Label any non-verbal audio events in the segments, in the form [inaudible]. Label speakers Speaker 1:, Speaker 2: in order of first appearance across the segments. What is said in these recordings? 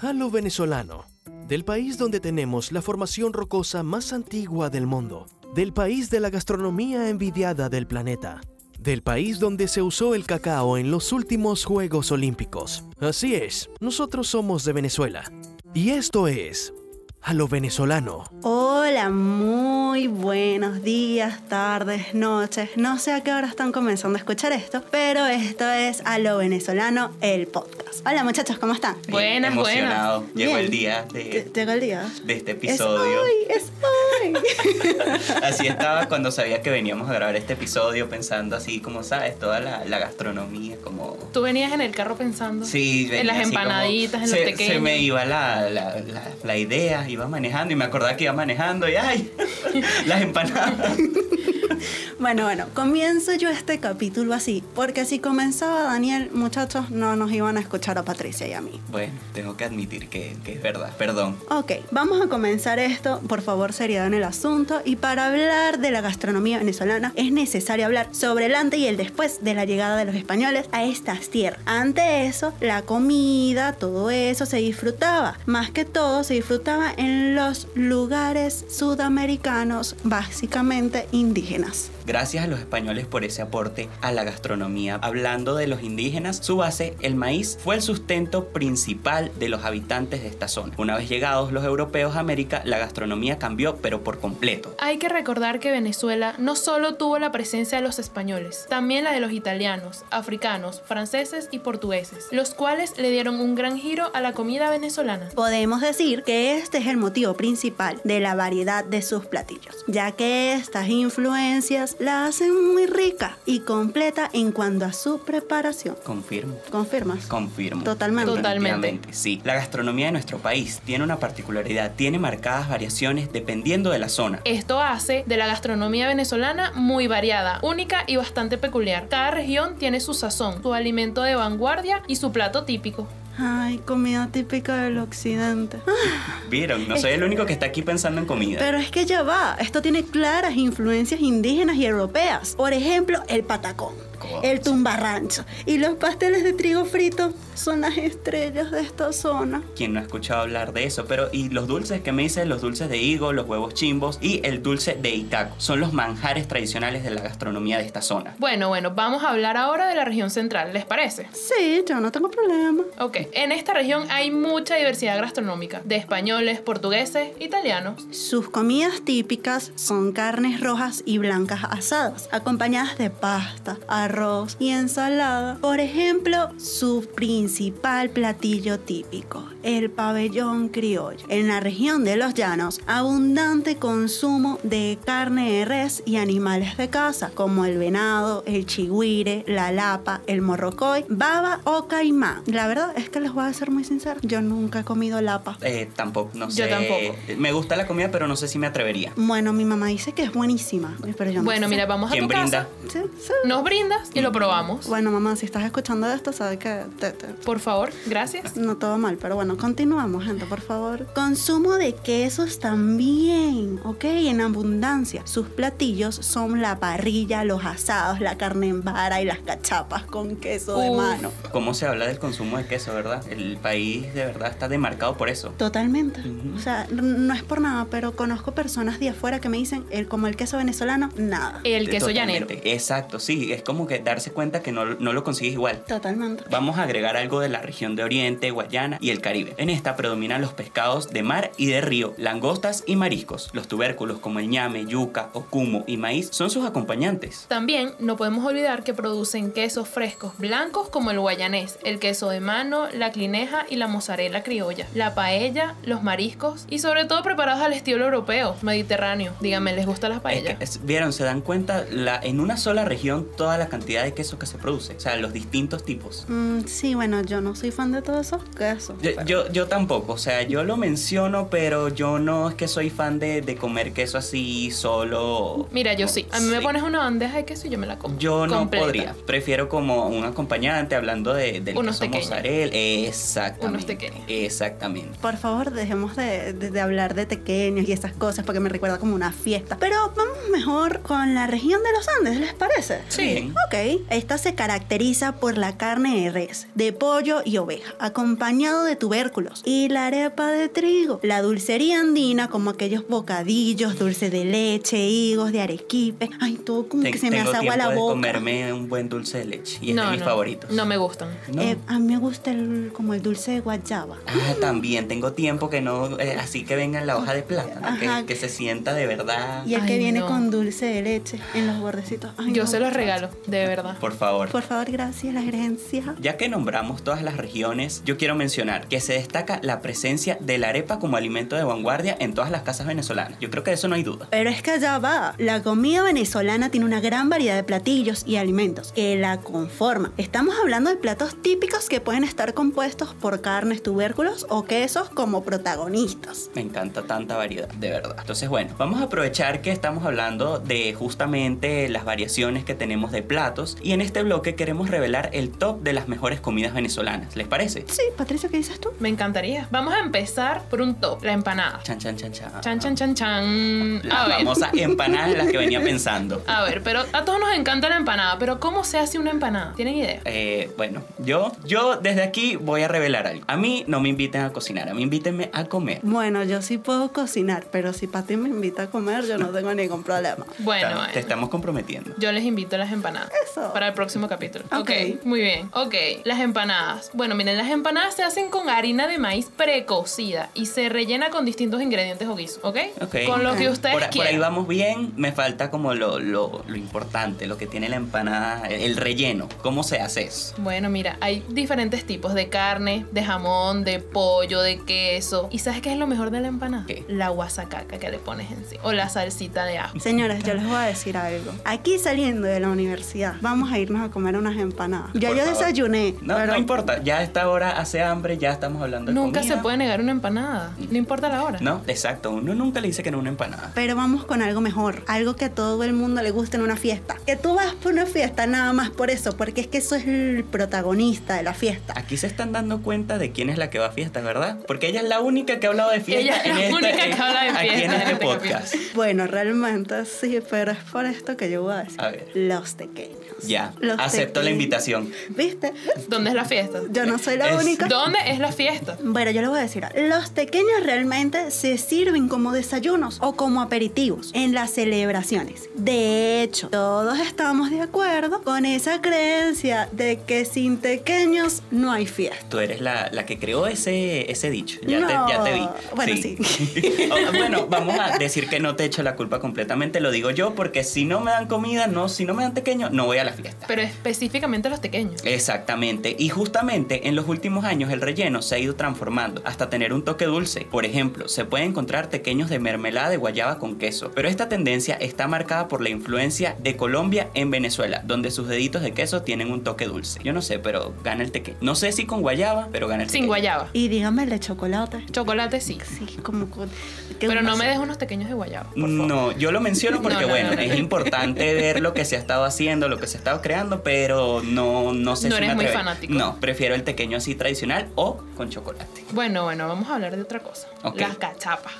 Speaker 1: a lo venezolano, del país donde tenemos la formación rocosa más antigua del mundo, del país de la gastronomía envidiada del planeta, del país donde se usó el cacao en los últimos Juegos Olímpicos. Así es, nosotros somos de Venezuela. Y esto es a lo venezolano.
Speaker 2: Hola, muy buenos días, tardes, noches. No sé a qué hora están comenzando a escuchar esto, pero esto es a lo venezolano, el podcast. Hola muchachos, ¿cómo están?
Speaker 3: Buenas,
Speaker 4: emocionado.
Speaker 3: buenas.
Speaker 4: Llegó
Speaker 2: Bien.
Speaker 4: el día de,
Speaker 2: Llegó el día.
Speaker 4: Eh, de este episodio.
Speaker 2: Es hoy, es hoy. [laughs]
Speaker 4: Así estaba cuando sabía que veníamos a grabar este episodio, pensando así, como sabes, toda la, la gastronomía, como...
Speaker 3: Tú venías en el carro pensando.
Speaker 4: Sí, venía
Speaker 3: En las
Speaker 4: así como-
Speaker 3: empanaditas, en
Speaker 4: se,
Speaker 3: los tequeños.
Speaker 4: Se me iba la, la, la, la idea, iba manejando y me acordaba que iba manejando y ¡ay! [laughs]
Speaker 3: [laughs]
Speaker 4: las empanadas.
Speaker 2: Bueno, bueno, comienzo yo este capítulo así, porque si comenzaba Daniel, muchachos, no nos iban a escuchar a Patricia y a mí.
Speaker 4: Bueno, tengo que admitir que, que es verdad, perdón.
Speaker 2: Ok, vamos a comenzar esto, por favor seriedad en el asunto, y para hablar de la gastronomía venezolana es necesario hablar sobre el antes y el después de la llegada de los españoles a estas tierras. Ante eso, la comida, todo eso se disfrutaba, más que todo se disfrutaba en los lugares sudamericanos, básicamente indígenas.
Speaker 4: Gracias a los españoles por ese aporte a la gastronomía. Hablando de los indígenas, su base, el maíz, fue el sustento principal de los habitantes de esta zona. Una vez llegados los europeos a América, la gastronomía cambió, pero por completo.
Speaker 3: Hay que recordar que Venezuela no solo tuvo la presencia de los españoles, también la de los italianos, africanos, franceses y portugueses, los cuales le dieron un gran giro a la comida venezolana.
Speaker 2: Podemos decir que este es el motivo principal de la variedad de sus platillos, ya que estas influencias la hacen muy rica y completa en cuanto a su preparación.
Speaker 4: Confirmo.
Speaker 2: ¿Confirmas?
Speaker 4: Confirmo.
Speaker 2: Totalmente.
Speaker 3: Totalmente.
Speaker 4: Definitivamente, Sí. La gastronomía de nuestro país tiene una particularidad, tiene marcadas variaciones dependiendo de la zona.
Speaker 3: Esto hace de la gastronomía venezolana muy variada, única y bastante peculiar. Cada región tiene su sazón, su alimento de vanguardia y su plato típico.
Speaker 2: Ay, comida típica del occidente. Ah,
Speaker 4: Vieron, no soy el único que está aquí pensando en comida.
Speaker 2: Pero es que ya va, esto tiene claras influencias indígenas y europeas. Por ejemplo, el patacón,
Speaker 4: Coño.
Speaker 2: el tumbarrancho y los pasteles de trigo frito son las estrellas de esta zona.
Speaker 4: quien no ha escuchado hablar de eso, pero y los dulces que me dicen, los dulces de higo, los huevos chimbos y el dulce de itaco, son los manjares tradicionales de la gastronomía de esta zona.
Speaker 3: Bueno, bueno, vamos a hablar ahora de la región central, ¿les parece?
Speaker 2: Sí, yo no tengo problema.
Speaker 3: Ok, en esta región hay mucha diversidad gastronómica, de españoles, portugueses, italianos.
Speaker 2: Sus comidas típicas son carnes rojas y blancas asadas, acompañadas de pasta, arroz y ensalada. Por ejemplo, su principal platillo típico, el pabellón criollo. En la región de los llanos, abundante consumo de carne de res y animales de caza, como el venado, el chigüire, la lapa, el morrocoy, baba o caimán. La verdad es que les voy a ser muy sincera, yo nunca he comido lapa.
Speaker 4: Eh, tampoco, no sé.
Speaker 3: Yo tampoco.
Speaker 4: Me gusta la comida, pero no sé si me atrevería.
Speaker 2: Bueno, mi mamá dice que es buenísima, pero yo no
Speaker 3: Bueno,
Speaker 2: sé.
Speaker 3: mira, vamos a tu
Speaker 4: ¿Quién
Speaker 3: casa,
Speaker 4: brinda?
Speaker 2: Sí, sí.
Speaker 3: nos brindas y lo probamos.
Speaker 2: Mm. Bueno, mamá, si estás escuchando esto, sabes que te- te-
Speaker 3: Por favor, gracias.
Speaker 2: no todo mal, pero bueno, continuamos, gente, por favor. Consumo de quesos también, ¿ok? En abundancia. Sus platillos son la parrilla, los asados, la carne en vara y las cachapas con queso de
Speaker 3: Uf.
Speaker 2: mano.
Speaker 4: ¿Cómo se habla del consumo de queso, verdad? El país de verdad está demarcado por eso.
Speaker 2: Totalmente.
Speaker 4: Ujú.
Speaker 2: O sea, n- no es por nada, pero conozco personas de afuera que me dicen, el, como el queso venezolano, nada.
Speaker 3: El queso llanero.
Speaker 4: Eh, Totalmente. Exacto, sí, es como que darse cuenta que no, no lo consigues igual.
Speaker 2: Totalmente.
Speaker 4: Vamos a agregar algo de la región de Oriente, Guayana y el Caribe. En esta predominan los pescados de mar y de río, langostas y mariscos. Los tubérculos como el ñame, yuca, ocumo y maíz son sus acompañantes.
Speaker 3: También no podemos olvidar que producen quesos frescos blancos como el guayanés, el queso de mano, la clineja y la mozzarella criolla, la paella, los mariscos y sobre todo preparados al estilo europeo, mediterráneo. Díganme, ¿les gusta la
Speaker 4: Es
Speaker 3: paella?
Speaker 4: que, es- Vieron, se dan cuenta la, en una sola región toda la cantidad de queso que se produce, o sea, los distintos tipos.
Speaker 2: Mm, sí, bueno, yo no soy fan de todos esos quesos.
Speaker 4: Yo, yo, yo tampoco, o sea, yo lo menciono, pero yo no es que soy fan de, de comer queso así solo.
Speaker 3: Mira, yo sí. A mí me
Speaker 4: Sí.
Speaker 3: pones una bandeja de queso y yo me la como.
Speaker 4: Yo no
Speaker 3: completa.
Speaker 4: podría. Prefiero como un acompañante hablando de, del
Speaker 3: Unos
Speaker 4: queso
Speaker 3: tequeños.
Speaker 4: mozzarella. Exactamente.
Speaker 3: Unos tequeños.
Speaker 4: Exactamente.
Speaker 2: Por favor, dejemos de, de- de hablar de tequeños y esas cosas porque me recuerda como una fiesta. Pero vamos mejor con la región de los Andes, ¿les parece?
Speaker 3: Sí.
Speaker 4: Bien.
Speaker 2: Ok, esta se caracteriza por la carne de res, de pollo y oveja, acompañado de tubérculos y la arepa de trigo. La dulcería andina, como aquellos bocadillos, dulce de leche, higos de arequipe. Ay, todo como
Speaker 4: Ten-
Speaker 2: que se me
Speaker 4: tengo
Speaker 2: hace agua
Speaker 4: tiempo
Speaker 2: la
Speaker 4: de
Speaker 2: boca.
Speaker 4: comerme un buen dulce de leche y es
Speaker 3: no,
Speaker 4: de mis
Speaker 3: no,
Speaker 4: favoritos.
Speaker 3: No me gustan.
Speaker 4: No.
Speaker 2: Eh, a mí me gusta el- como el dulce de guayaba.
Speaker 4: Ah, también tengo tiempo que no, eh, así que venga la hoja de plátano,
Speaker 2: Ajá.
Speaker 4: que, que se sienta de verdad.
Speaker 2: Y el
Speaker 3: Ay,
Speaker 2: que viene
Speaker 3: no.
Speaker 2: con dulce de leche en los bordecitos. Ay,
Speaker 3: Yo
Speaker 2: no.
Speaker 3: se los regalo, de verdad.
Speaker 4: Por favor.
Speaker 2: Por favor, gracias, la gerencia.
Speaker 4: Ya que nombramos todas las regiones, yo quiero mencionar que se destaca la presencia de la arepa como alimento de vanguardia en todas las casas venezolanas. Yo creo que de eso no hay duda.
Speaker 2: Pero es que allá va. La comida venezolana tiene una gran variedad de platillos y alimentos que la conforman. Estamos hablando de platos típicos que pueden estar compuestos por carnes, tubérculos o quesos como protagonistas.
Speaker 4: Me encanta tanta variedad, de verdad. Entonces, bueno, vamos a aprovechar que estamos hablando de justamente las variaciones que tenemos de platos y en este bloque queremos revelar el top de las mejores comidas venezolanas. ¿Les parece?
Speaker 2: Sí, Patricia, ¿qué dices tú?
Speaker 3: Me encantaría. Vamos a empezar por un top, la empanada.
Speaker 4: Chan, chan, chan, chan. em-
Speaker 3: Chan, chan, chan, chan.
Speaker 4: Las
Speaker 3: A ver. [laughs]
Speaker 4: famosas empanadas en las que venía pensando.
Speaker 3: A ver, pero a todos nos encanta la empanada, pero ¿cómo se hace una empanada? ¿Tienen idea?
Speaker 4: Eh, bueno, yo, yo desde aquí voy a revelar algo. A mí no me inviten a cocinar, a mí invítenme a comer.
Speaker 2: Bueno, yo sí puedo cocinar, pero si Pati me invita a comer, yo no tengo ningún problema.
Speaker 3: Bueno,
Speaker 4: Estamos- Te
Speaker 3: bueno.
Speaker 4: estamos comprometiendo.
Speaker 3: Yo les invito a las empanadas.
Speaker 2: Eso.
Speaker 3: Para el próximo capítulo.
Speaker 2: Ok.
Speaker 3: ok, muy bien. Ok, las empanadas. Bueno, miren, las empanadas se hacen con harina de maíz precocida y se rellena con distintos ingredientes o guisos, ¿ok?
Speaker 4: Ok.
Speaker 3: Con lo
Speaker 2: Ok.
Speaker 3: que ustedes
Speaker 4: Por, a- por
Speaker 3: quieran.
Speaker 4: ahí vamos bien, me falta como lo, lo- lo importante, lo que tiene la empanada, el, el relleno. ¿Cómo se hace eso?
Speaker 3: Bueno, mira, hay diferentes tipos de carne, de jamón, de pollo, de queso. ¿Y sabes qué es lo mejor de la empanada?
Speaker 4: ¿Qué?
Speaker 3: La guasacaca que le pones encima. O la salsita de ajo.
Speaker 2: Señores, yo les voy a decir algo. Aquí saliendo de la universidad, vamos a irnos a comer unas empanadas. Ya
Speaker 4: Por
Speaker 2: yo
Speaker 4: favor.
Speaker 2: desayuné.
Speaker 4: No,
Speaker 2: pero-
Speaker 4: no importa, ya a esta hora hace hambre, ya estamos hablando de
Speaker 3: Nunca
Speaker 4: comida.
Speaker 3: se puede negar una empanada. No importa la hora.
Speaker 4: No, exacto, uno nunca le dice que no a una empanada.
Speaker 2: Pero vamos con algo mejor, algo que a todo el mundo le gusta en una fiesta. Que tú vas por una fiesta nada más por eso, porque es que eso es el protagonista de la fiesta.
Speaker 4: Aquí se están dando cuenta de quién es la que va a fiestas, ¿verdad? Porque ella es la única que ha hablado de fiesta.
Speaker 3: Ella es
Speaker 4: en
Speaker 3: la
Speaker 4: esta-
Speaker 3: única
Speaker 4: en-
Speaker 3: que habla de
Speaker 4: Aquí en
Speaker 3: fiesta en
Speaker 4: este
Speaker 3: este
Speaker 4: podcast.
Speaker 2: Bueno, realmente sí, pero es por esto que yo voy a decir.
Speaker 4: A ver.
Speaker 2: Los pequeños.
Speaker 4: Ya,
Speaker 2: Los
Speaker 4: acepto la
Speaker 2: tequeños.
Speaker 4: invitación.
Speaker 2: ¿Viste?
Speaker 3: ¿Dónde es la fiesta?
Speaker 2: Yo no soy la
Speaker 4: Es-
Speaker 2: única.
Speaker 3: ¿Dónde es la fiesta?
Speaker 2: Bueno, yo les voy a decir, algo. los pequeños realmente se sirven como desayunos o como aperitivos en las celebraciones. De hecho, todos estamos de acuerdo con esa creencia de que sin pequeños no hay fiesta.
Speaker 4: Tú eres la, la que creó ese, ese dicho. Ya,
Speaker 2: No.
Speaker 4: te, ya te vi.
Speaker 2: Bueno,
Speaker 4: [laughs] Oh, bueno, vamos a decir que no te echo la culpa completamente. Lo digo yo porque si no me dan comida, no, si no me dan pequeño, no voy a la fiesta.
Speaker 3: Pero específicamente los pequeños.
Speaker 4: Exactamente, y justamente en los últimos años el relleno se ha ido transformando hasta tener un toque dulce. Por ejemplo, se puede encontrar pequeños de mermelada de guayaba con queso, pero esta tendencia está marcada por la influencia de Colombia en Venezuela, donde sus deditos de queso tienen un toque dulce. Yo no sé, pero gana el teque. No sé si con guayaba, pero gana el
Speaker 3: Sin
Speaker 4: teque.
Speaker 3: guayaba.
Speaker 2: Y dígame el de chocolate.
Speaker 3: Chocolate sí.
Speaker 2: Sí, como con... que
Speaker 3: Pero
Speaker 2: uno
Speaker 3: no me
Speaker 2: se-
Speaker 3: des unos pequeños de guayaba. por favor.
Speaker 4: No, yo lo menciono porque,
Speaker 3: [laughs] No, no,
Speaker 4: bueno,
Speaker 3: no, no.
Speaker 4: es importante ver lo que se ha estado haciendo, lo que se ha estado creando, pero no, no sé
Speaker 3: No
Speaker 4: si
Speaker 3: eres
Speaker 4: me
Speaker 3: muy
Speaker 4: atrevería.
Speaker 3: fanático.
Speaker 4: No, prefiero el pequeño así tradicional o con chocolate.
Speaker 3: Bueno, bueno, vamos a hablar de otra cosa.
Speaker 4: Ok.
Speaker 3: Las cachapas.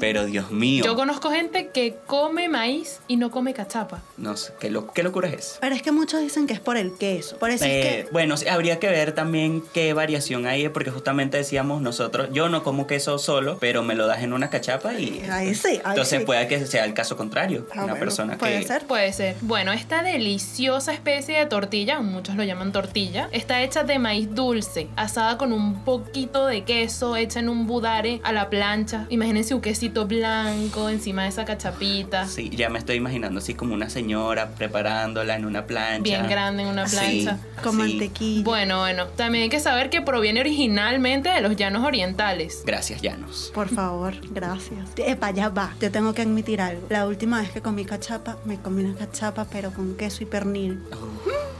Speaker 4: Pero Dios mío,
Speaker 3: Yo conozco gente que come maíz y no come cachapa.
Speaker 4: no sé, ¿qué, lo, qué locura es eso?
Speaker 2: Pero es que muchos dicen que es por el queso. Por eso
Speaker 4: Eh,
Speaker 2: es que...
Speaker 4: Bueno, sí, habría que ver también qué variación hay, porque justamente decíamos nosotros, yo no como queso solo, pero me lo das en una cachapa y...
Speaker 2: Ahí sí, ahí
Speaker 4: entonces
Speaker 2: sí.
Speaker 4: puede que sea el caso contrario,
Speaker 2: Ah,
Speaker 4: una
Speaker 2: bueno,
Speaker 4: persona
Speaker 2: puede
Speaker 4: que...
Speaker 2: ser.
Speaker 3: Puede ser. Bueno, esta deliciosa especie de tortilla, muchos lo llaman tortilla, está hecha de maíz dulce, asada con un poquito de queso, hecha en un budare a la plancha. Imagínense un quesito blanco encima de esa cachapita.
Speaker 4: Sí, ya me estoy imaginando así como una señora preparándola en una plancha.
Speaker 3: Bien grande en una
Speaker 4: Sí,
Speaker 3: plancha.
Speaker 2: Con
Speaker 4: sí.
Speaker 2: mantequilla.
Speaker 3: Bueno, bueno, también hay que saber que proviene originalmente de los llanos orientales.
Speaker 4: Gracias, Llanos.
Speaker 2: Por favor, gracias. Epa, ya va. Yo tengo que admitir algo. La última vez que comí cachapa, me comí una cachapa, pero con queso y pernil.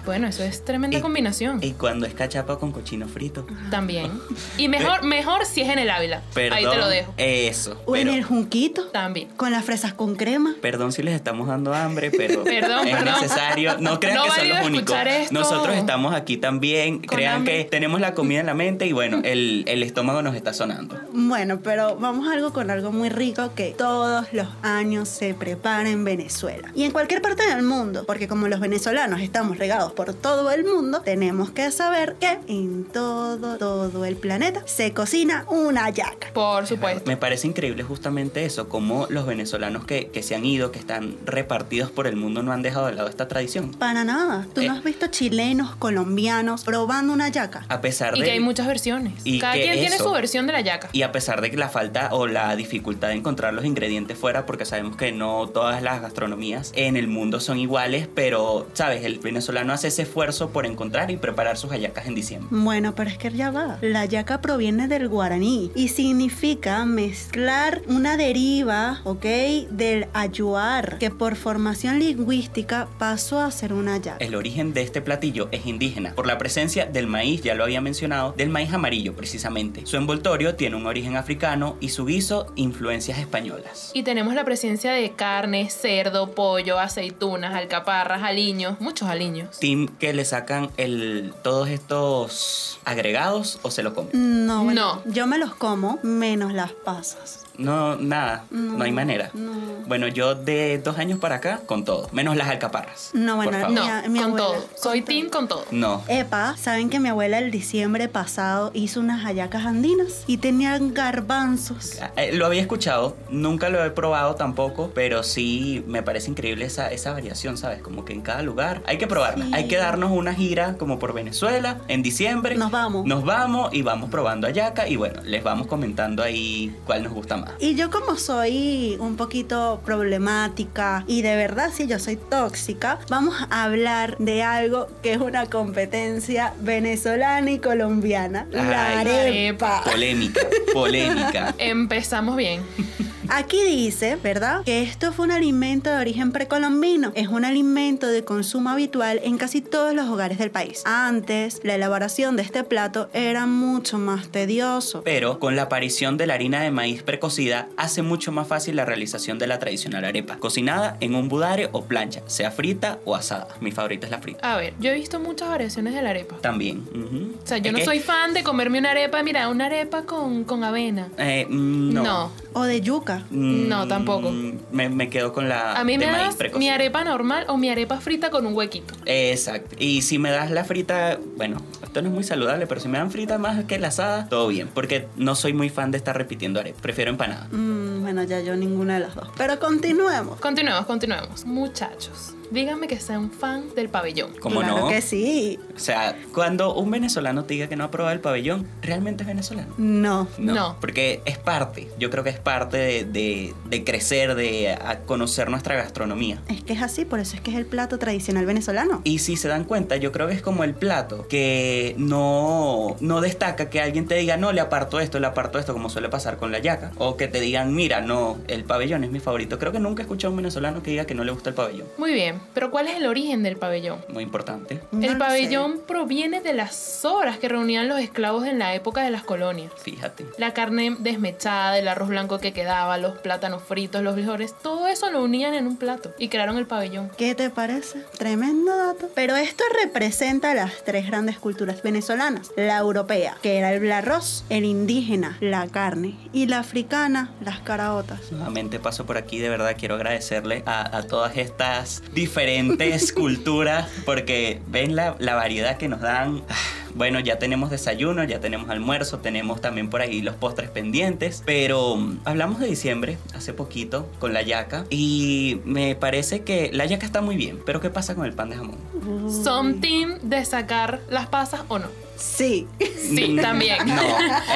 Speaker 3: Bueno, eso es tremenda
Speaker 4: Y-
Speaker 3: combinación.
Speaker 4: Y cuando es cachapa con cochino frito. [laughs]
Speaker 3: También. Y mejor, mejor si es en el Ávila.
Speaker 4: Eh. Perdón.
Speaker 3: Ahí te lo dejo.
Speaker 4: Eso.
Speaker 2: O en
Speaker 4: pero-
Speaker 2: el junquito,
Speaker 3: También.
Speaker 2: con las fresas con crema.
Speaker 4: Perdón si les estamos dando
Speaker 3: [laughs]
Speaker 4: hambre, pero
Speaker 3: Perdón,
Speaker 4: es
Speaker 3: perdón.
Speaker 4: necesario. No crean
Speaker 3: No
Speaker 4: que son
Speaker 3: válido
Speaker 4: los únicos.
Speaker 3: escuchar esto.
Speaker 4: Nosotros estamos aquí también.
Speaker 3: Con
Speaker 4: crean
Speaker 3: hambre.
Speaker 4: que tenemos la comida en la mente y bueno, el, el estómago nos está sonando.
Speaker 2: Bueno, pero vamos a algo con algo muy rico que todos los años se prepara en Venezuela y en cualquier parte del mundo, porque como los venezolanos estamos regados por todo el mundo, tenemos que saber que en todo, todo el planeta se cocina una yaca.
Speaker 3: Por supuesto.
Speaker 4: Me parece increíble justamente eso, cómo los venezolanos que, que se han ido, que están repartidos por el mundo, no han dejado de lado esta tradición.
Speaker 2: Para nada. Tú
Speaker 4: Eh.
Speaker 2: no has visto chilenos, colombianos probando una yaca.
Speaker 4: A pesar
Speaker 3: Y
Speaker 4: de...
Speaker 3: que hay muchas versiones.
Speaker 4: Y
Speaker 3: Cada
Speaker 4: que
Speaker 3: quien tiene
Speaker 4: eso-
Speaker 3: su versión de la yaca.
Speaker 4: Y a pesar de que la falta o la dificultad de encontrar los ingredientes fuera, porque sabemos que no todas las gastronomías en el mundo son iguales, pero, ¿sabes? El venezolano hace ese esfuerzo por encontrar y preparar sus hallacas en diciembre.
Speaker 2: Bueno, pero es que ya va. La yaca proviene del guaraní y significa mezclar una deriva, ¿ok? Del ayuar, que por formación lingüística pasó a ser una yaca.
Speaker 4: El origen de este platillo es indígena, por la presencia del maíz, ya lo había mencionado, del maíz amarillo precisamente. Su envoltorio tiene un origen africano y su guiso influencias españolas.
Speaker 3: Y tenemos la presencia de carne, cerdo, pollo, aceitunas, alcaparras, aliños, muchos aliños.
Speaker 4: Team que le sacan el, todos estos agregados o se lo comen.
Speaker 2: No, bueno, yo me los como menos las pasas.
Speaker 4: No, nada, no, hay manera.
Speaker 2: Mm, no.
Speaker 4: Bueno, yo de dos años para acá, con todo, menos las alcaparras.
Speaker 2: No,
Speaker 4: por
Speaker 2: bueno,
Speaker 4: favor.
Speaker 3: No,
Speaker 2: Mi- mi
Speaker 3: con
Speaker 2: abuela,
Speaker 3: todo.
Speaker 2: con
Speaker 3: Soy
Speaker 2: todo.
Speaker 3: team con todo.
Speaker 4: No.
Speaker 2: Epa, saben que mi abuela el diciembre pasado hizo unas hallacas andinas y tenían garbanzos.
Speaker 4: Eh, Lo había escuchado, nunca lo he probado tampoco, pero sí me parece increíble esa, esa variación, ¿sabes? Como que en cada lugar hay que probarla,
Speaker 2: Sí.
Speaker 4: hay que darnos una gira como por Venezuela en diciembre.
Speaker 2: Nos vamos.
Speaker 4: Nos vamos y vamos probando ayaca y bueno, les vamos comentando ahí cuál nos gusta más.
Speaker 2: Y yo como soy un poquito problemática y de verdad si yo soy tóxica, vamos a hablar de algo que es una competencia venezolana y colombiana, la
Speaker 4: Ay.
Speaker 2: arepa.
Speaker 4: Polémica, polémica.
Speaker 3: Empezamos bien.
Speaker 2: Aquí dice, ¿verdad? Que esto fue un alimento de origen precolombino. Es un alimento de consumo habitual en casi todos los hogares del país. Antes, la elaboración de este plato era mucho más tedioso.
Speaker 4: Pero con la aparición de la harina de maíz precocida hace mucho más fácil la realización de la tradicional arepa, cocinada en un budare o plancha, sea frita o asada. Mi favorita es la frita.
Speaker 3: A ver, yo he visto muchas variaciones de la arepa.
Speaker 4: También. ujú.
Speaker 3: O sea,
Speaker 4: Es
Speaker 3: yo no
Speaker 4: que,
Speaker 3: soy fan de comerme una arepa, mira, una arepa con, con avena.
Speaker 4: eh, mm, no.
Speaker 3: No.
Speaker 2: O de yuca.
Speaker 4: Mm,
Speaker 3: No, tampoco.
Speaker 4: Me, me quedo con la
Speaker 3: A mí me
Speaker 4: de maíz
Speaker 3: das
Speaker 4: precocida.
Speaker 3: mi arepa normal o mi arepa frita con un huequito.
Speaker 4: Exacto. Y si me das la frita, bueno, esto no es muy saludable, pero si me dan frita más que la asada, todo bien. Porque no soy muy fan de estar repitiendo arepa. Prefiero empanada.
Speaker 2: Mm, bueno, ya yo ninguna de las dos. Pero continuemos.
Speaker 3: Continuemos, continuemos. Muchachos, díganme que sean fan del pabellón.
Speaker 4: Como
Speaker 2: claro
Speaker 4: no.
Speaker 2: que sí.
Speaker 4: O sea, cuando un venezolano te diga que no ha probado el pabellón, realmente es venezolano.
Speaker 2: No.
Speaker 3: No.
Speaker 4: Porque es parte, yo creo que es parte de, de- de crecer, de a conocer nuestra gastronomía.
Speaker 2: Es que es así, por eso es que es el plato tradicional venezolano.
Speaker 4: Y si se dan cuenta, yo creo que es como el plato que no, no destaca que alguien te diga, no, le aparto esto, le aparto esto, como suele pasar con la yaca. O que te digan, mira, no, el pabellón es mi favorito. Creo que nunca he escuchado a un venezolano que diga que no le gusta el pabellón.
Speaker 3: Muy bien, pero ¿cuál es el origen del pabellón?
Speaker 4: Muy importante.
Speaker 2: No lo
Speaker 3: el
Speaker 2: sé.
Speaker 3: pabellón proviene de las horas que reunían los esclavos en la época de las colonias.
Speaker 4: Fíjate.
Speaker 3: La carne desmechada, el arroz blanco que quedaba, los plátanos fritos, los frijoles, todo eso lo unían en un plato y crearon el pabellón.
Speaker 2: ¿Qué te parece? Tremendo dato. Pero esto representa las tres grandes culturas venezolanas. La europea, que era el arroz, el indígena, la carne, y la africana, las caraotas.
Speaker 4: Nuevamente paso por aquí, de verdad quiero agradecerle a, a todas estas diferentes culturas porque ven la, la variedad que nos dan. Bueno, ya tenemos desayuno, ya tenemos almuerzo, tenemos también por ahí los postres pendientes, pero mm, hablamos de diciembre hace poquito con la yaca y me parece que la yaca está muy bien, pero ¿qué pasa con el pan de jamón?
Speaker 2: Uy.
Speaker 3: Son team de sacar las pasas o no.
Speaker 2: Sí.
Speaker 3: Sí, también.
Speaker 4: No,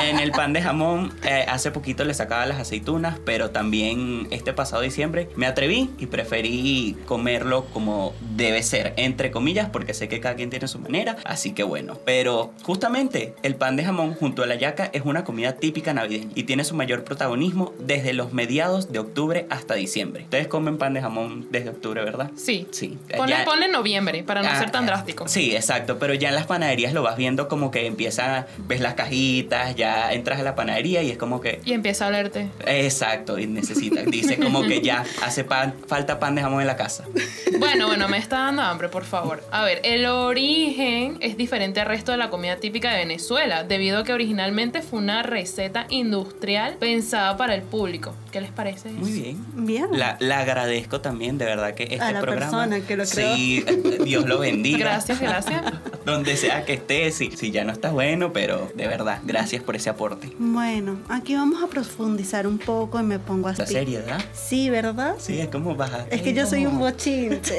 Speaker 4: en el pan de jamón eh, hace poquito le sacaba las aceitunas, pero también este pasado diciembre me atreví y preferí comerlo como debe ser, entre comillas, porque sé que cada quien tiene su manera, así que bueno. Pero justamente el pan de jamón junto a la yaca es una comida típica navideña y tiene su mayor protagonismo desde los mediados de octubre hasta diciembre. Ustedes comen pan de jamón desde octubre, ¿verdad?
Speaker 3: Sí.
Speaker 4: Sí.
Speaker 3: Ponle,
Speaker 4: Ya-
Speaker 3: ponle noviembre para no
Speaker 4: Ah,
Speaker 3: ser tan drástico.
Speaker 4: Sí, exacto, pero ya en las panaderías lo vas viendo como que empieza, ves las cajitas, ya entras a la panadería y es como que...
Speaker 3: Y empieza a olerte.
Speaker 4: Exacto, y necesita, dice como que ya hace pan, falta pan de jamón en la casa.
Speaker 3: Bueno, bueno, me está dando hambre, por favor. A ver, el origen es diferente al resto de la comida típica de Venezuela, debido a que originalmente fue una receta industrial pensada para el público. ¿Qué les parece?
Speaker 4: Muy bien.
Speaker 2: Bien.
Speaker 4: La, la agradezco también, de verdad que este
Speaker 2: A la
Speaker 4: programa...
Speaker 2: persona que lo creó.
Speaker 4: Sí, eh, Dios lo bendiga.
Speaker 3: Gracias, gracias.
Speaker 4: [laughs] Donde sea que estés, si, si ya no estás bueno, pero de verdad, gracias por ese aporte.
Speaker 2: Bueno, aquí vamos a profundizar un poco y me pongo a
Speaker 4: La seriedad.
Speaker 2: Sí, ¿verdad?
Speaker 4: Sí, es como bajar.
Speaker 2: Es que yo soy un bochinche.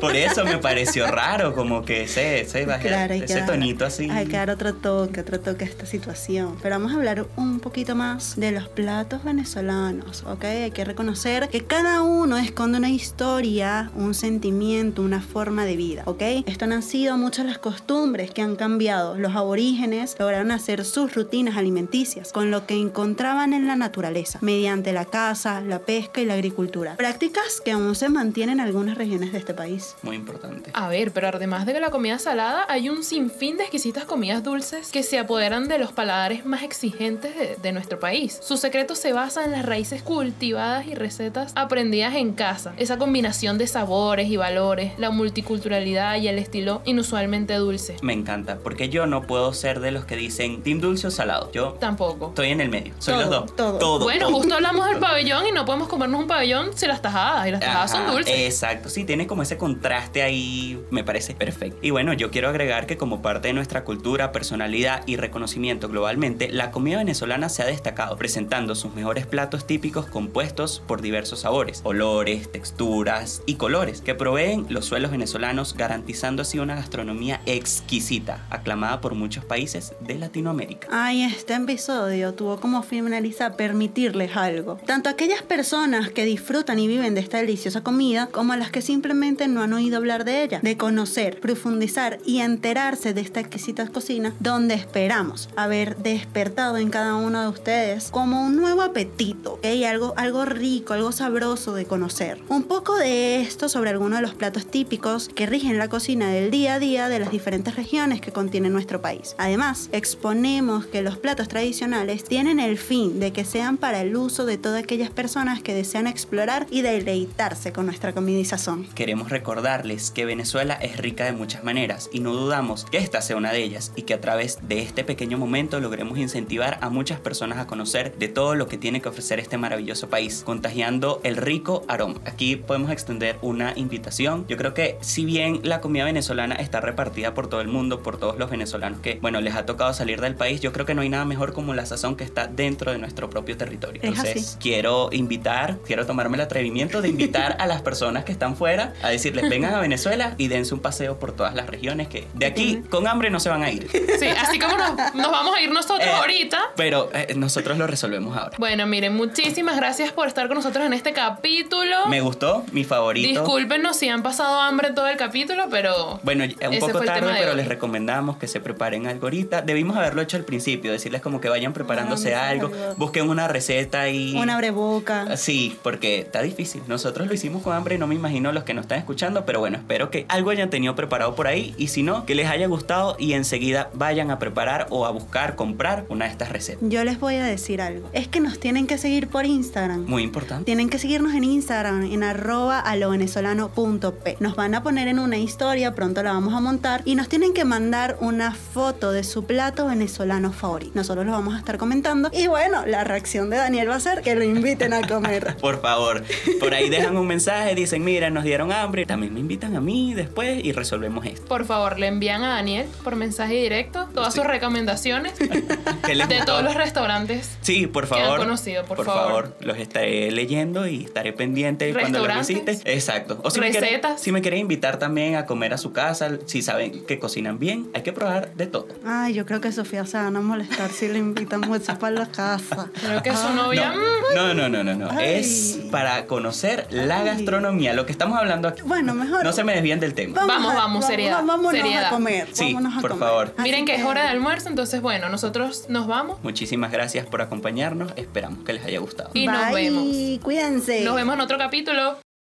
Speaker 4: Por eso me pareció raro, como que ese, ese, baje-
Speaker 2: Claro, hay que
Speaker 4: ese
Speaker 2: dar-
Speaker 4: tonito así.
Speaker 2: Hay que dar otro toque, otro toque a esta situación. Pero vamos a hablar un poquito más de los platos venezolanos, ¿ok? Hay que reconocer que cada uno esconde una historia, un sentimiento, una forma de vida, ¿ok? Esto han sido muchas las costumbres que han cambiado. Los aborígenes lograron hacer sus rutinas alimenticias con lo que encontraban en la naturaleza, mediante la caza, la pesca y la agricultura. Prácticas que aún se mantienen en algunas regiones de este país.
Speaker 4: Muy importante.
Speaker 3: A ver, pero además de la comida salada, hay un sinfín de exquisitas comidas dulces que se apoderan de los paladares más exigentes de, de nuestro país. Su secreto se basa en las raíces cultivadas y recetas aprendidas en casa. Esa combinación de sabores y valores, la multiculturalidad y el estilo inusualmente dulce.
Speaker 4: Me encanta, porque yo no puedo ser de los que dicen team dulce o salado. Yo
Speaker 3: Tampoco.
Speaker 4: estoy en el medio. Soy
Speaker 2: Todo,
Speaker 4: los dos.
Speaker 2: todo.
Speaker 3: Bueno,
Speaker 4: todo.
Speaker 3: justo hablamos del pabellón y no podemos comernos un pabellón sin las tajadas. Y las tajadas
Speaker 4: Ajá, eh.
Speaker 3: son dulces.
Speaker 4: Exacto, sí, tiene como ese contraste ahí, me parece perfecto. Y bueno, yo quiero agregar que como parte de nuestra cultura, personalidad y reconocimiento globalmente, la comida venezolana se ha destacado, presentando sus mejores platos típicos compuestos por diversos sabores, olores, texturas y colores que proveen los suelos venezolanos, garantizando así una gastronomía exquisita, aclamada por muchos países de Latinoamérica.
Speaker 2: Ay, este episodio tuvo como finaliza permitirles algo. Tanto a aquellas personas que disfrutan y viven de esta deliciosa comida, como a las que simplemente no han oído hablar de ella. De conocer, profundizar y enterarse de esta exquisita cocina, donde esperamos haber despertado en cada uno de ustedes como un nuevo apetito, ¿ok? Algo, algo rico, algo sabroso de conocer. Un poco de esto sobre algunos de los platos típicos que rigen la cocina del día a día de las diferentes regiones que contiene nuestro país. Además, exponemos que los platos tradicionales tienen el fin de que sean para el uso de todas aquellas personas que desean explorar y deleitarse con nuestra comida y sazón.
Speaker 4: Queremos recordarles que Venezuela es rica de muchas maneras y no dudamos que esta sea una de ellas y que a través de este pequeño momento logremos incentivar a muchas personas a conocer de todo lo que tiene que ofrecer este maravilloso país, contagiando el rico aroma. Aquí podemos extender una invitación. Yo creo que si bien la comida venezolana está repartida por todo el mundo, por todos los venezolanos que, bueno, les ha tocado salir del país, yo creo que no hay nada mejor como la sazón que está dentro de nuestro propio territorio.
Speaker 2: Es así.
Speaker 4: Entonces, quiero invitar, quiero tomarme el atrevimiento de invitar a las personas que están fuera a decirles vengan a Venezuela y dense un paseo por todas las regiones que de aquí con hambre no se van a ir.
Speaker 3: Sí, así como nos, nos vamos a ir nosotros
Speaker 4: Eh,
Speaker 3: ahorita.
Speaker 4: Pero eh, nosotros lo resolvemos ahora.
Speaker 3: Bueno, miren, muchísimas gracias por estar con nosotros en este capítulo.
Speaker 4: Me gustó, mi favorito.
Speaker 3: Discúlpenos si han pasado hambre todo el capítulo, pero
Speaker 4: Bueno, eh, un
Speaker 3: Ese
Speaker 4: poco
Speaker 3: fue el
Speaker 4: tarde,
Speaker 3: tema de
Speaker 4: pero
Speaker 3: hoy.
Speaker 4: les recomendamos que se preparen algo ahorita. Debimos haberlo hecho al principio, decirles como que vayan
Speaker 3: Ah,
Speaker 4: preparándose
Speaker 2: Preparándose
Speaker 4: algo,
Speaker 2: algo.
Speaker 4: busquen una receta y...
Speaker 2: Un abreboca.
Speaker 4: Ah, Sí, porque está difícil. Nosotros lo hicimos con hambre y no me imagino los que nos están escuchando, pero bueno, espero que algo hayan tenido preparado por ahí y si no, que les haya gustado y enseguida vayan a preparar o a buscar comprar una de estas recetas.
Speaker 2: Yo les voy a decir algo. Es que nos tienen que seguir por Instagram.
Speaker 4: Muy importante.
Speaker 2: Tienen que seguirnos en Instagram, en arroba alovenezolano.p. Nos van a poner en una historia, pronto la vamos a montar, y nos tienen que mandar una foto de su plato venezolano favorito. Nosotros lo vamos a estar comentando. Y bueno, la reacción de Daniel va a ser que lo inviten a comer.
Speaker 4: Por favor, por ahí dejan un mensaje, dicen, mira, nos dieron hambre, también me invitan a mí después y resolvemos esto.
Speaker 3: por favor le envían a Daniel por mensaje directo todas
Speaker 4: Sí.
Speaker 3: sus recomendaciones
Speaker 4: [laughs] ¿Qué les
Speaker 3: de
Speaker 4: gustó?
Speaker 3: todos los restaurantes.
Speaker 4: Sí, por
Speaker 3: que han
Speaker 4: favor.
Speaker 3: conocido, por
Speaker 4: favor.
Speaker 3: favor.
Speaker 4: los estaré leyendo y estaré pendiente cuando lo
Speaker 3: Restaurantes.
Speaker 4: visites. Exacto. O si me
Speaker 3: Recetas.
Speaker 4: quieren- si me quieren invitar también a comer a su casa, si saben que cocinan bien, Hay que probar de todo.
Speaker 2: [laughs] Ay, yo creo que Sofía se van a molestar si le invitan mucho para la casa.
Speaker 3: Creo que su novia.
Speaker 4: No,
Speaker 3: mm,
Speaker 4: no, no, no, no, no.
Speaker 2: Ay.
Speaker 4: Es para conocer la
Speaker 2: Ay.
Speaker 4: gastronomía, lo que estamos hablando aquí.
Speaker 2: Bueno, mejor.
Speaker 4: No se me desvíen del tema.
Speaker 3: Vamos, vamos, seriedad,
Speaker 2: Vámonos
Speaker 3: seriedad.
Speaker 2: a comer.
Speaker 4: Sí,
Speaker 2: vámonos a
Speaker 4: por
Speaker 2: comer.
Speaker 4: favor.
Speaker 2: Así
Speaker 3: Miren que es hora de almuerzo, entonces bueno, nosotros nos vamos
Speaker 4: Muchísimas gracias por acompañarnos. Esperamos que les haya gustado.
Speaker 3: y nos
Speaker 2: Bye,
Speaker 3: vemos.
Speaker 2: Cuídense.
Speaker 3: Nos vemos en otro capítulo.